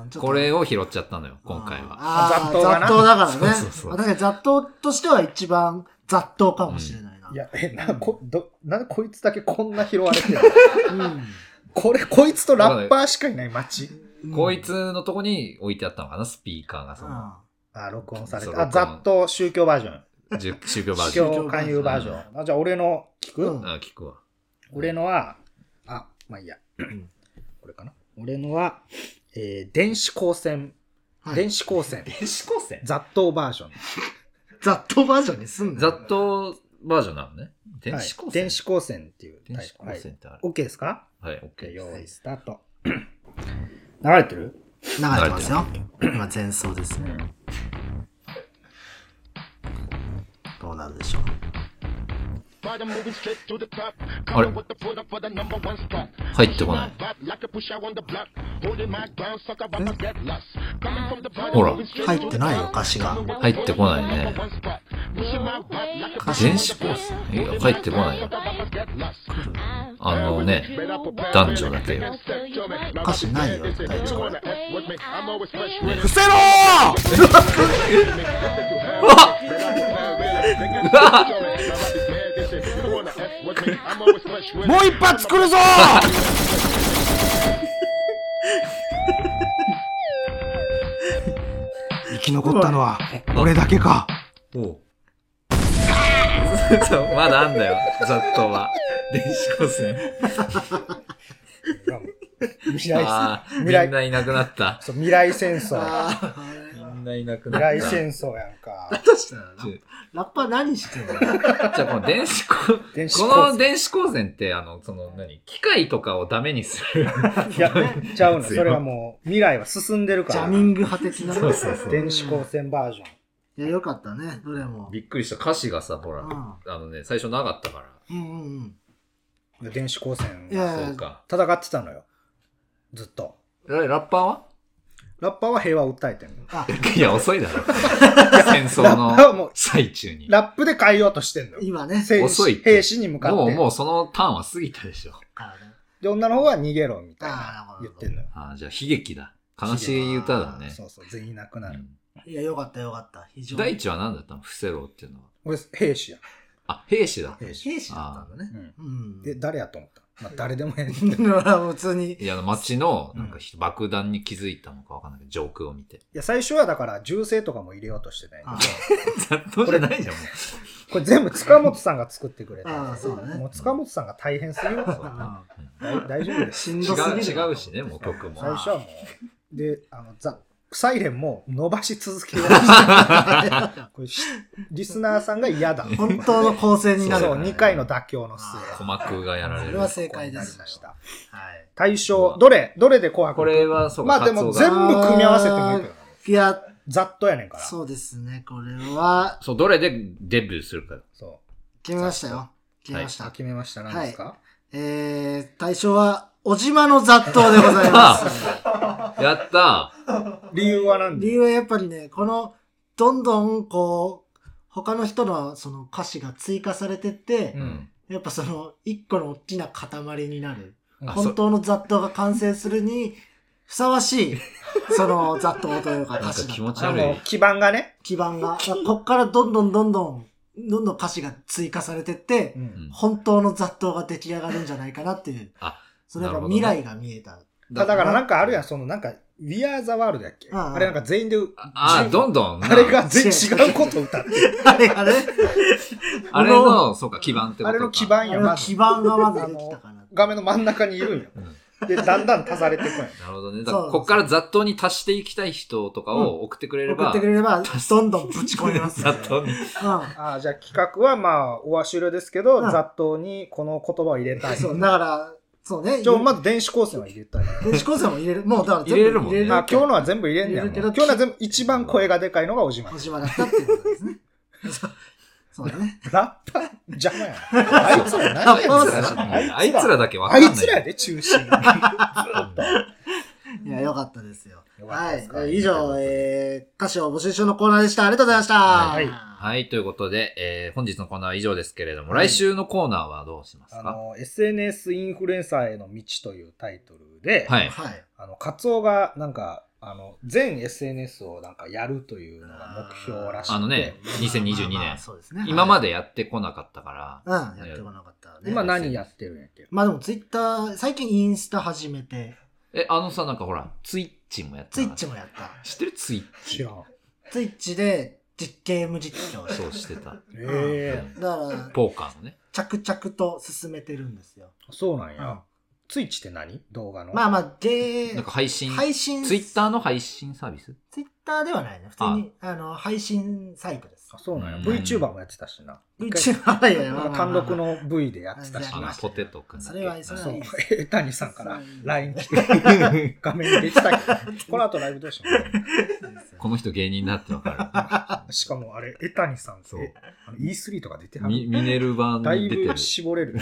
[SPEAKER 3] ん。
[SPEAKER 1] こ
[SPEAKER 3] を
[SPEAKER 1] れを拾っちゃったのよ、今回は。
[SPEAKER 3] ああ、
[SPEAKER 2] 雑踏
[SPEAKER 3] 雑
[SPEAKER 2] がな
[SPEAKER 3] 踏だからね。
[SPEAKER 1] そうそうそう
[SPEAKER 3] だから雑踏としては一番雑踏かもしれないな。
[SPEAKER 2] いや、え、な、こ、ど、なんでこいつだけこんな拾われてる
[SPEAKER 3] うん
[SPEAKER 2] これ、こいつとラッパーしかいない街。
[SPEAKER 1] こいつのとこに置いてあったのかな、スピーカーがその、
[SPEAKER 3] あ
[SPEAKER 2] あ、録音されて
[SPEAKER 1] そう
[SPEAKER 2] あ、ざっと宗教バージョン。
[SPEAKER 1] じゅ宗教バー
[SPEAKER 2] 宗
[SPEAKER 1] ジョン。
[SPEAKER 2] 教勧誘バージョン。あじゃあ、俺の聞く、
[SPEAKER 3] うん
[SPEAKER 1] あ、聞くわ。
[SPEAKER 2] 俺のは、あ、まあいいや。これかな。俺のは、えー、電子光線。
[SPEAKER 3] はい
[SPEAKER 2] 電子光線。
[SPEAKER 1] 電子光線
[SPEAKER 2] 雑踏バージョン。
[SPEAKER 3] 雑踏バージョンにすんな
[SPEAKER 1] 雑
[SPEAKER 3] よ
[SPEAKER 1] 踏バージョンなのね。電子
[SPEAKER 2] はい
[SPEAKER 1] 光線
[SPEAKER 2] 電子光線っていうタイプ。
[SPEAKER 1] 電子光線ってあ
[SPEAKER 2] は
[SPEAKER 1] る。
[SPEAKER 2] い。OK ですか
[SPEAKER 1] はい、オッケ
[SPEAKER 2] ?OK、
[SPEAKER 1] ー。
[SPEAKER 2] 用意スタート。流れてる
[SPEAKER 3] 流れてますよ。今前奏ですね。どうなるでしょう。
[SPEAKER 1] 入ってこない。
[SPEAKER 5] hot like a pusher on the block. Holding my gun, sucker, but I get lost. Coming from the block,
[SPEAKER 1] ほら
[SPEAKER 3] 入ってないよ、歌詞が。
[SPEAKER 1] 入ってこないね
[SPEAKER 5] one spot. Pushing my butt like a
[SPEAKER 3] 歌詞
[SPEAKER 1] 電。子コースいや帰ってこないよ
[SPEAKER 5] I get lost.
[SPEAKER 1] あのね男女だけよ
[SPEAKER 3] 歌詞ないよ、第一 これ。
[SPEAKER 5] Fresh
[SPEAKER 3] 伏せろーもう一発作るぞー
[SPEAKER 6] 生き残ったのは俺だけか。
[SPEAKER 1] お まだあんだよ雑踏は電子コースね
[SPEAKER 2] 未来
[SPEAKER 1] あーみん
[SPEAKER 2] 未来
[SPEAKER 1] ないなくなった
[SPEAKER 2] そう未来戦争。
[SPEAKER 1] みんないなくな
[SPEAKER 2] 未
[SPEAKER 1] った
[SPEAKER 2] 来戦争やん か。
[SPEAKER 3] どうしたのラッパー何してんの
[SPEAKER 1] じゃあこの電 子こ、
[SPEAKER 2] 電子
[SPEAKER 1] こ
[SPEAKER 2] 光
[SPEAKER 1] の電子光線って、あの、その何、機械とかをダメにする。
[SPEAKER 2] いや、ちゃうの。それはもう、未来は進んでるか
[SPEAKER 3] ジャ
[SPEAKER 2] ら
[SPEAKER 3] ミ。ング派的な。
[SPEAKER 1] そうそうそう
[SPEAKER 2] 電子光線バージョン。
[SPEAKER 3] いや、よかったね、どれも。
[SPEAKER 1] びっくりした歌詞がさ、ほら、
[SPEAKER 3] うん
[SPEAKER 1] あのね、最初なかったから。
[SPEAKER 3] うんうんうん。
[SPEAKER 2] 電子光線
[SPEAKER 3] いやい
[SPEAKER 1] そ
[SPEAKER 3] や
[SPEAKER 1] う、か。
[SPEAKER 2] 戦ってたのよずっと
[SPEAKER 1] ララッパーは
[SPEAKER 2] ラッパーは平和を訴えてるの
[SPEAKER 1] いや、遅い だろ。戦争
[SPEAKER 2] ラッパーはも
[SPEAKER 1] の
[SPEAKER 2] う
[SPEAKER 1] 最中に。
[SPEAKER 2] ラップで変えようとしてんのよ
[SPEAKER 3] 今ね、
[SPEAKER 2] 戦
[SPEAKER 1] 遅い
[SPEAKER 2] 士
[SPEAKER 1] って
[SPEAKER 2] 兵士に向かって
[SPEAKER 1] もう、もうそのターンは過ぎたでしょ。
[SPEAKER 3] あ
[SPEAKER 2] で女の方は逃げろみたいな
[SPEAKER 3] あーな
[SPEAKER 2] 言
[SPEAKER 3] る
[SPEAKER 2] っ
[SPEAKER 3] ほど
[SPEAKER 2] てんのよ
[SPEAKER 1] ああ、じゃあ悲劇だ。悲しい歌だね。
[SPEAKER 2] そうそう全員亡くな
[SPEAKER 1] う
[SPEAKER 2] る、
[SPEAKER 1] ん
[SPEAKER 3] いや、よかったよかった。非常
[SPEAKER 1] 第
[SPEAKER 3] に。
[SPEAKER 1] 一は何だったの伏せろっていうのは。
[SPEAKER 2] 俺兵士や
[SPEAKER 1] あ、兵士だった。
[SPEAKER 2] 兵士、
[SPEAKER 3] 兵士だったんだね。
[SPEAKER 2] う
[SPEAKER 3] うん。
[SPEAKER 2] ん、で誰やと思った、まあ、誰でもええねんけどい
[SPEAKER 3] 普通に。
[SPEAKER 1] いや、街の、なんか人爆弾に気づいたのかわかんないけど、上空を見て。
[SPEAKER 2] や最初はだから銃声とかも入れようとしてね
[SPEAKER 3] あ
[SPEAKER 1] ざっとじゃないじゃん、もう。
[SPEAKER 2] これ全部塚本さんが作ってくれ
[SPEAKER 3] あ
[SPEAKER 2] た
[SPEAKER 3] ーそうだね
[SPEAKER 2] もう塚本さんが大変すぎると
[SPEAKER 3] あ
[SPEAKER 2] 大大丈夫です
[SPEAKER 3] しん
[SPEAKER 1] 違
[SPEAKER 3] どす
[SPEAKER 1] う
[SPEAKER 3] ぎる。
[SPEAKER 1] 違うしね、もう曲も。
[SPEAKER 2] 最初はもうであのザサイレンも伸ばし続けようこれしリスナーさんが嫌だ。
[SPEAKER 3] 本当の構成になる
[SPEAKER 2] そ
[SPEAKER 3] か
[SPEAKER 2] う、
[SPEAKER 3] ら。
[SPEAKER 2] 2回の妥協の末。
[SPEAKER 1] 鼓膜がやられ
[SPEAKER 3] そ
[SPEAKER 1] る
[SPEAKER 3] れは。正解で
[SPEAKER 2] こうなり
[SPEAKER 3] す
[SPEAKER 2] ま。した
[SPEAKER 3] はい。
[SPEAKER 2] 対象、どれ、どれで紅白
[SPEAKER 1] これは、そう
[SPEAKER 2] ま
[SPEAKER 1] か、
[SPEAKER 2] あで
[SPEAKER 1] カツオ
[SPEAKER 2] も
[SPEAKER 1] が
[SPEAKER 2] 全部組み合わせてもいいけ
[SPEAKER 3] い
[SPEAKER 2] ど。
[SPEAKER 3] や、
[SPEAKER 2] ざっとやねんから。そう。
[SPEAKER 3] そうですね、これは、
[SPEAKER 1] そう、どれでデビューするか。
[SPEAKER 3] 決めましたよ。決めまし
[SPEAKER 2] さあ
[SPEAKER 3] た。
[SPEAKER 2] 決めました。何ですか
[SPEAKER 3] えー、対象は、小島の雑踏でございます。
[SPEAKER 1] やった
[SPEAKER 2] 理由は何
[SPEAKER 3] 理
[SPEAKER 2] で
[SPEAKER 3] 由はやっぱりね、この、どんどん、こう、他の人のその歌詞が追加されてって、
[SPEAKER 1] ー
[SPEAKER 2] う
[SPEAKER 1] うんん。
[SPEAKER 3] やっぱその、一個の大きな塊になる。
[SPEAKER 1] あ
[SPEAKER 3] 本当の雑踏が完成するに、ふさわしい、その雑踏というか 歌
[SPEAKER 1] なんか
[SPEAKER 3] 詞だ
[SPEAKER 1] 気持ち
[SPEAKER 2] あ
[SPEAKER 1] 悪い
[SPEAKER 2] の。、基盤がね。
[SPEAKER 3] 基盤が。こっからどんどんどんどん、どんどん歌詞が追加されてって、
[SPEAKER 2] うん
[SPEAKER 3] 本当の雑踏が出来上がるんじゃないかなっていう。
[SPEAKER 1] あ
[SPEAKER 3] それやっぱ
[SPEAKER 1] なるほどね
[SPEAKER 3] 未来が見えた。
[SPEAKER 2] だからなんかあるやん、そのなんか、We Are the World やっけ
[SPEAKER 3] うんうん
[SPEAKER 2] あれなんか全員で、
[SPEAKER 1] ああ、
[SPEAKER 2] 全
[SPEAKER 1] どんどんな。
[SPEAKER 2] あれが全員違うことを歌ってる。
[SPEAKER 3] あれあれ
[SPEAKER 1] あれの、そうか、基盤ってことか。
[SPEAKER 2] あれの基
[SPEAKER 3] あ
[SPEAKER 2] 盤や
[SPEAKER 3] れ
[SPEAKER 2] ま
[SPEAKER 3] の
[SPEAKER 2] ず
[SPEAKER 3] 基盤がまずできたかな。
[SPEAKER 2] 画面の真ん中にいるんよ。で、だんだん足されてくんよ。
[SPEAKER 1] なるほどね。だから
[SPEAKER 3] そう
[SPEAKER 1] こっから雑踏に足していきたい人とかを送ってくれれ
[SPEAKER 3] 送っ
[SPEAKER 1] ば
[SPEAKER 3] て、くれれば、どんどんぶち込みます、
[SPEAKER 1] 雑踏に。
[SPEAKER 3] う
[SPEAKER 2] ああ、じゃあ企画はまあ、おわしろですけど、
[SPEAKER 3] うん
[SPEAKER 2] 雑踏にこの言葉を入れたい。
[SPEAKER 3] ん。そう、だから、そうね。
[SPEAKER 2] じゃあ、まず電子構成は入れたい。
[SPEAKER 3] 電子構成も入れる。もう、だから全部
[SPEAKER 1] 入れるもんね
[SPEAKER 2] あ今日のは全部入れんねや
[SPEAKER 3] 入れるけど
[SPEAKER 2] 今日のは全部、一番声がでかいのが小島
[SPEAKER 3] 小。島だったっていうことです ね。そうだね。
[SPEAKER 2] ラッパー邪魔やな。あいつら何やねん
[SPEAKER 1] あいつらだけわか
[SPEAKER 2] あ
[SPEAKER 1] んない。
[SPEAKER 2] いつらやで、中心。
[SPEAKER 3] いや、よかったですよ。
[SPEAKER 2] よかっ
[SPEAKER 3] は
[SPEAKER 2] たです
[SPEAKER 3] い
[SPEAKER 2] か。
[SPEAKER 3] 以上、えー、歌詞を募集中のコーナーでした。ありがとうございました。
[SPEAKER 2] はい
[SPEAKER 1] はい、ということで、えー本日のコーナーは以上ですけれども、来週のコーナーはどうします
[SPEAKER 2] あ
[SPEAKER 1] か
[SPEAKER 2] の、SNS インフルエンサーへの道というタイトルで、
[SPEAKER 1] はい。
[SPEAKER 3] はい。
[SPEAKER 2] あの、カツオがなんか、あの、全 SNS をなんかやるというのが目標らしくて、
[SPEAKER 1] あのね、2022
[SPEAKER 3] まあまあ
[SPEAKER 1] 年。
[SPEAKER 3] そうですね。
[SPEAKER 1] 今までやってこなかったから、
[SPEAKER 3] うん、やってこなかったね。
[SPEAKER 2] 今何やってるんやっけ
[SPEAKER 3] まあでもツイッター、最近インスタ始めて、
[SPEAKER 1] え、あのさ、なんかほら、ツイッチもやって
[SPEAKER 3] ツイ
[SPEAKER 1] なか
[SPEAKER 3] ッ
[SPEAKER 1] った
[SPEAKER 3] チもやった。
[SPEAKER 1] 知ってるツイッチ
[SPEAKER 2] 知らん。
[SPEAKER 3] ツイッチで実ゲーム実況をし
[SPEAKER 1] そうしてた。
[SPEAKER 2] ええ
[SPEAKER 3] た。だから、
[SPEAKER 1] ポーカーのね。
[SPEAKER 3] 着々と進めてるんですよ。
[SPEAKER 2] そうなん
[SPEAKER 3] う
[SPEAKER 2] や
[SPEAKER 3] ん。。
[SPEAKER 2] ツイッチって何動画の。
[SPEAKER 3] まあまあ、ゲ
[SPEAKER 1] なん
[SPEAKER 3] ー
[SPEAKER 1] か、配信、
[SPEAKER 3] 配信、
[SPEAKER 1] ツイッターの配信サービス
[SPEAKER 3] ツイッターではないね。普通に、あの、配信サイトです
[SPEAKER 2] あ。そうなんや。
[SPEAKER 1] うん
[SPEAKER 2] VTuber もやってたしな。
[SPEAKER 3] う
[SPEAKER 2] 回
[SPEAKER 3] ちはいやいやまあまあまあ
[SPEAKER 2] 単独の V でやってたし
[SPEAKER 3] あり
[SPEAKER 1] あの
[SPEAKER 3] ま、した
[SPEAKER 1] ポ
[SPEAKER 3] ね
[SPEAKER 1] テトくんだっ
[SPEAKER 3] そ
[SPEAKER 1] け
[SPEAKER 3] れは、それ
[SPEAKER 2] そ
[SPEAKER 3] はいういです。、
[SPEAKER 2] 江谷さんから LINE 来て、画面に出てたけど、この後ライブどうしよ
[SPEAKER 1] この人芸人だってわか
[SPEAKER 2] う。しかもあれ、江谷さんって
[SPEAKER 1] そう、
[SPEAKER 2] あの E3 とか出て
[SPEAKER 1] る。
[SPEAKER 2] は
[SPEAKER 1] ミ
[SPEAKER 2] る。
[SPEAKER 1] ミネルバ
[SPEAKER 2] だ
[SPEAKER 1] に
[SPEAKER 2] い
[SPEAKER 1] 出てる
[SPEAKER 2] ぶ。絞れる。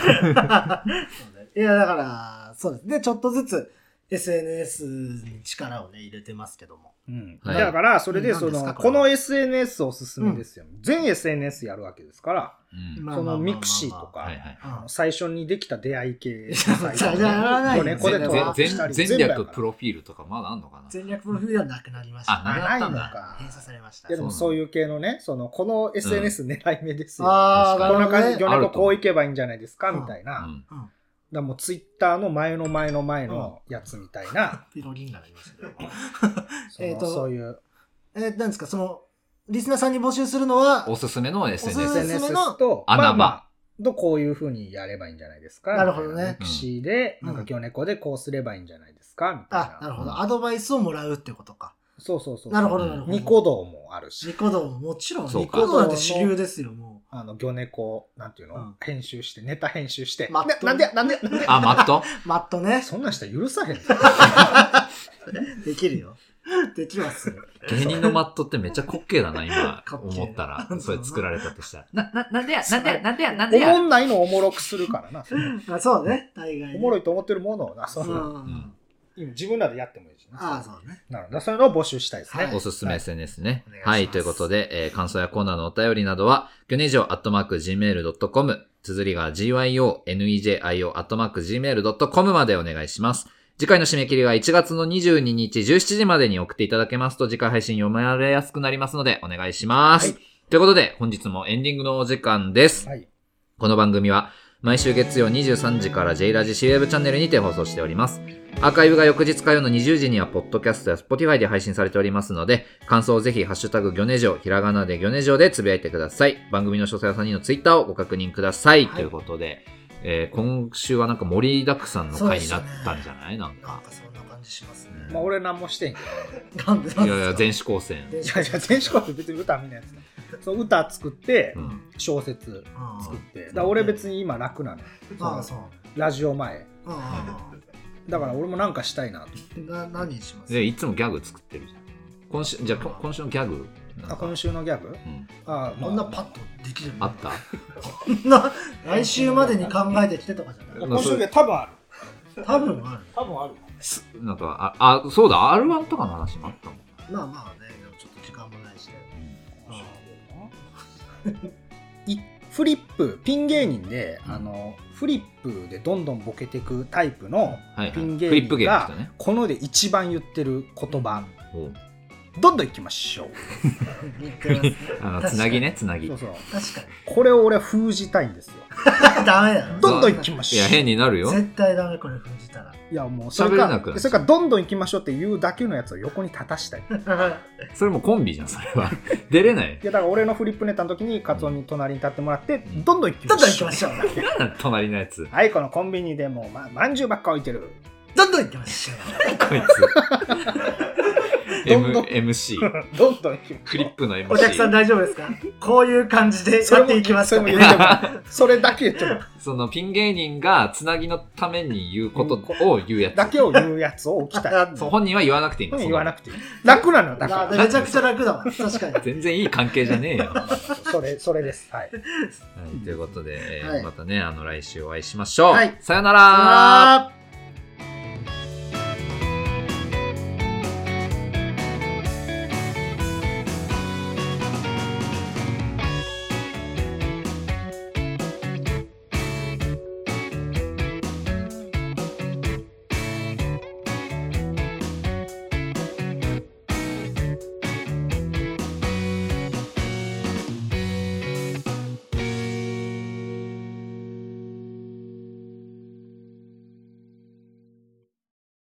[SPEAKER 3] いや、だから、あ、そうです。で、ちょっとずつ SNS に力をね、入れてますけども。
[SPEAKER 2] うん
[SPEAKER 1] はい
[SPEAKER 2] だから、それで、
[SPEAKER 3] うん
[SPEAKER 2] そ
[SPEAKER 3] 何です
[SPEAKER 2] の、
[SPEAKER 3] か
[SPEAKER 2] こ
[SPEAKER 3] これ
[SPEAKER 2] の
[SPEAKER 3] は
[SPEAKER 2] SNS おすすめですよ。全 SNS やるわけですから、
[SPEAKER 1] うん
[SPEAKER 3] まあ
[SPEAKER 2] そ
[SPEAKER 3] まあまあまあ
[SPEAKER 2] の
[SPEAKER 3] まあ
[SPEAKER 2] ミクシーとか
[SPEAKER 1] はいはい、
[SPEAKER 3] うん
[SPEAKER 2] 最初にできた出会い系のサイ
[SPEAKER 3] じゃあ
[SPEAKER 2] ト
[SPEAKER 3] やらない
[SPEAKER 2] もうねこれで
[SPEAKER 3] 全
[SPEAKER 2] 登
[SPEAKER 3] 然
[SPEAKER 2] 録
[SPEAKER 1] ぜ
[SPEAKER 2] したり
[SPEAKER 1] 全
[SPEAKER 2] 全
[SPEAKER 1] 全
[SPEAKER 2] 部やから
[SPEAKER 1] 略プロフィールとかまだあんのかな
[SPEAKER 3] 全略プロフィールはなくなりました。
[SPEAKER 1] あなくな
[SPEAKER 2] ない
[SPEAKER 1] った
[SPEAKER 2] の
[SPEAKER 1] んだ
[SPEAKER 2] か。
[SPEAKER 3] 閉鎖されました
[SPEAKER 2] いや。でもそういう系のね、その、この SNS 狙い目ですよ。
[SPEAKER 3] あ
[SPEAKER 1] ー
[SPEAKER 2] こんな感じ、
[SPEAKER 3] ね
[SPEAKER 2] 魚猫こういけばいいんじゃないですかみたいな。
[SPEAKER 1] う
[SPEAKER 2] だか
[SPEAKER 1] ん
[SPEAKER 3] うん
[SPEAKER 2] らもうツイッターの前の前の前のやつみたいな、
[SPEAKER 3] ピロリンがなりましたけども。
[SPEAKER 2] その
[SPEAKER 3] えーと
[SPEAKER 2] そういう
[SPEAKER 3] えー、なんですか、その、リスナーさんに募集するのは、
[SPEAKER 1] おすすめの
[SPEAKER 3] おすす
[SPEAKER 1] SNS。
[SPEAKER 3] めの
[SPEAKER 2] SNS と、
[SPEAKER 1] 穴場
[SPEAKER 2] あ、とこういうふうにやればいいんじゃないですか
[SPEAKER 3] なるほどね
[SPEAKER 2] みたいなミクシーで、
[SPEAKER 3] うん
[SPEAKER 2] なんか魚猫でこうすればいいんじゃないですかみたい
[SPEAKER 3] あな
[SPEAKER 2] な。、
[SPEAKER 3] るほ
[SPEAKER 1] う
[SPEAKER 3] ど。
[SPEAKER 1] ん
[SPEAKER 3] アドバイスをもらうってことか。
[SPEAKER 2] そうそうそう。
[SPEAKER 3] なるほど、なるほど。
[SPEAKER 2] ニコ動もあるし
[SPEAKER 3] ニ、コ動ももちろん、
[SPEAKER 1] そう
[SPEAKER 3] ニ
[SPEAKER 1] か
[SPEAKER 3] コ動なんて主流ですよ、も
[SPEAKER 2] あの、魚猫、なんていうの、
[SPEAKER 3] うん
[SPEAKER 2] 編集して、ネタ編集して。
[SPEAKER 3] マット
[SPEAKER 2] ななんで、なんで、なんで。
[SPEAKER 1] あ、マ ット
[SPEAKER 3] う。マットね。
[SPEAKER 2] そんなんしたら許さへん。
[SPEAKER 3] できるよ。できますよ。
[SPEAKER 1] 芸人のマットってめっちゃ滑稽だな、今
[SPEAKER 3] 滑。稽
[SPEAKER 1] 思っ たら。それ作られたとしたら。な、な、なんでや、なんでや、なんでや、なん
[SPEAKER 2] お
[SPEAKER 1] で
[SPEAKER 2] も
[SPEAKER 1] や。
[SPEAKER 2] んないのをおもろくするからな。
[SPEAKER 3] あそうね、大概ね。
[SPEAKER 2] おもろ
[SPEAKER 3] い。
[SPEAKER 2] いと思ってるものをな、そ
[SPEAKER 3] うん
[SPEAKER 2] の
[SPEAKER 1] うん
[SPEAKER 2] 自分らでやってもいいしね。
[SPEAKER 3] ああ、そうね。
[SPEAKER 2] なるほど。そういうのを募集したいですね。
[SPEAKER 1] おすすめ SNS ね
[SPEAKER 3] お願い。します
[SPEAKER 1] はい、ということで、えー感想やコーナーのお便りなどは、ギョネジオアットマーク Gmail.com、綴りが gyonejio アットマーク Gmail.com までお願いします。次回の締め切りは1月の22日17時までに送っていただけますと、次回配信読まれやすくなりますので、お願いします。
[SPEAKER 2] は
[SPEAKER 1] ということで、本日もエンディングのお時間です。
[SPEAKER 2] はい。
[SPEAKER 1] この番組は毎週月曜23時から J ラジ C ウェブチャンネルにて放送しております。アーカイブが翌日火曜の20時には、ポッドキャストや Spotify で配信されておりますので、感想をぜひ、ハッシュタグ、ギョネジョ、ひらがなでギョネジョでつぶやいてください。番組の詳細は3人のツイッターをご確認ください。
[SPEAKER 3] はい
[SPEAKER 1] ということで、えー今週はなんか盛りだくさんの回になったんじゃない、な
[SPEAKER 3] なん
[SPEAKER 1] んか。
[SPEAKER 3] かそんな感じしますね。
[SPEAKER 1] うん
[SPEAKER 2] まあ、俺何もしてへんけど。
[SPEAKER 3] なんでなん
[SPEAKER 1] いやいや、
[SPEAKER 3] で
[SPEAKER 1] 全子高専。
[SPEAKER 2] い
[SPEAKER 3] すか
[SPEAKER 2] やいや、全種って別に歌見ないやつだ。そう、歌作って
[SPEAKER 1] う、ん
[SPEAKER 2] 小説
[SPEAKER 3] あ
[SPEAKER 2] 作って。だから俺別に今楽なの。
[SPEAKER 3] あ、そう。
[SPEAKER 2] ラジオ前。
[SPEAKER 3] あ
[SPEAKER 2] だから俺もなんかしたいなと。
[SPEAKER 3] あ。な、何にします
[SPEAKER 1] で、いつもギャグ作ってるじゃん。今週、じゃあ、こ今週のギャグなんか
[SPEAKER 2] あ、今週のギャグ
[SPEAKER 1] うん、
[SPEAKER 2] あ、
[SPEAKER 3] こんなパッとできる
[SPEAKER 1] あった
[SPEAKER 3] た。な、来週までに考えてきてとかじゃない
[SPEAKER 2] 今週のギャグ多分ある。
[SPEAKER 3] 多分ある。
[SPEAKER 2] 多分ある。
[SPEAKER 1] すなんか、あ、あそうだ、R1 とかの話もあったもん。
[SPEAKER 3] まあまあね、でもちょっと時間もないしね。
[SPEAKER 2] いフリップピン芸人で、
[SPEAKER 1] うん
[SPEAKER 2] あのフリップでどんどんボケてくタイプの
[SPEAKER 1] はいはい。
[SPEAKER 2] ピン
[SPEAKER 1] フ
[SPEAKER 2] 芸
[SPEAKER 1] リップ
[SPEAKER 2] 人
[SPEAKER 1] 芸の
[SPEAKER 2] が、
[SPEAKER 1] 人ね。
[SPEAKER 2] この世で一番言ってる言葉、
[SPEAKER 1] おう。
[SPEAKER 2] どんどんいきましょう
[SPEAKER 3] 言ってますね
[SPEAKER 1] あの、つなぎ。ね、つなぎ
[SPEAKER 2] そう。そう
[SPEAKER 3] 確かに。
[SPEAKER 2] これを俺は封じたいんですよ
[SPEAKER 3] ダメだろ。
[SPEAKER 2] どんどんいきまし
[SPEAKER 1] い
[SPEAKER 2] ょう
[SPEAKER 1] や、変になるよ。
[SPEAKER 3] 絶対ダメ、これ封じたら。
[SPEAKER 2] いやもうそれ
[SPEAKER 1] 喋れなくな
[SPEAKER 2] か
[SPEAKER 1] る
[SPEAKER 2] それからどんどんいきましょうって言うだけのやつを横に立たしたいい
[SPEAKER 1] それもコンビじゃん、それは。出れない。
[SPEAKER 2] やだから俺のフリップネタの時にカツオに隣に立ってもらって、
[SPEAKER 1] ん
[SPEAKER 2] どんどんいき
[SPEAKER 3] どん
[SPEAKER 2] ま
[SPEAKER 3] どん行
[SPEAKER 2] し
[SPEAKER 3] き
[SPEAKER 2] ょう
[SPEAKER 3] ましょう。
[SPEAKER 1] 隣のやつ。
[SPEAKER 2] はいこのコンビニでもうままんじゅうばっか置いてる
[SPEAKER 3] どんどん行きましょう。
[SPEAKER 1] こいつ。
[SPEAKER 2] どん
[SPEAKER 1] M
[SPEAKER 2] どん
[SPEAKER 1] MC。
[SPEAKER 2] どんどんいきましょう
[SPEAKER 1] クリップの MC。
[SPEAKER 3] お客さん大丈夫ですかこういう感じで
[SPEAKER 2] そ
[SPEAKER 3] や
[SPEAKER 2] れ
[SPEAKER 3] っ
[SPEAKER 2] も
[SPEAKER 3] ていきます
[SPEAKER 2] それ
[SPEAKER 3] から
[SPEAKER 2] も言ってもらうそれだけ言ってもら
[SPEAKER 1] そのピン芸人がつなぎのために言うことを言うや
[SPEAKER 2] うだ
[SPEAKER 1] つ。
[SPEAKER 2] けを言うやつを置 きたい。
[SPEAKER 3] あ
[SPEAKER 1] そう本人は言わなくていいんだ、
[SPEAKER 2] 言
[SPEAKER 1] そん
[SPEAKER 2] わ
[SPEAKER 1] な
[SPEAKER 2] な
[SPEAKER 1] の
[SPEAKER 2] くていい。楽なのだ
[SPEAKER 3] あ
[SPEAKER 2] か
[SPEAKER 3] めちゃくちゃ楽だわ。確かに。
[SPEAKER 1] 全然いい関係じゃねえよ。は
[SPEAKER 2] ら。それ、それです。はい。
[SPEAKER 1] いということで、えー
[SPEAKER 3] はい
[SPEAKER 1] またね、あの、来週お会いしましょう。
[SPEAKER 3] はい
[SPEAKER 1] さよなら
[SPEAKER 3] あー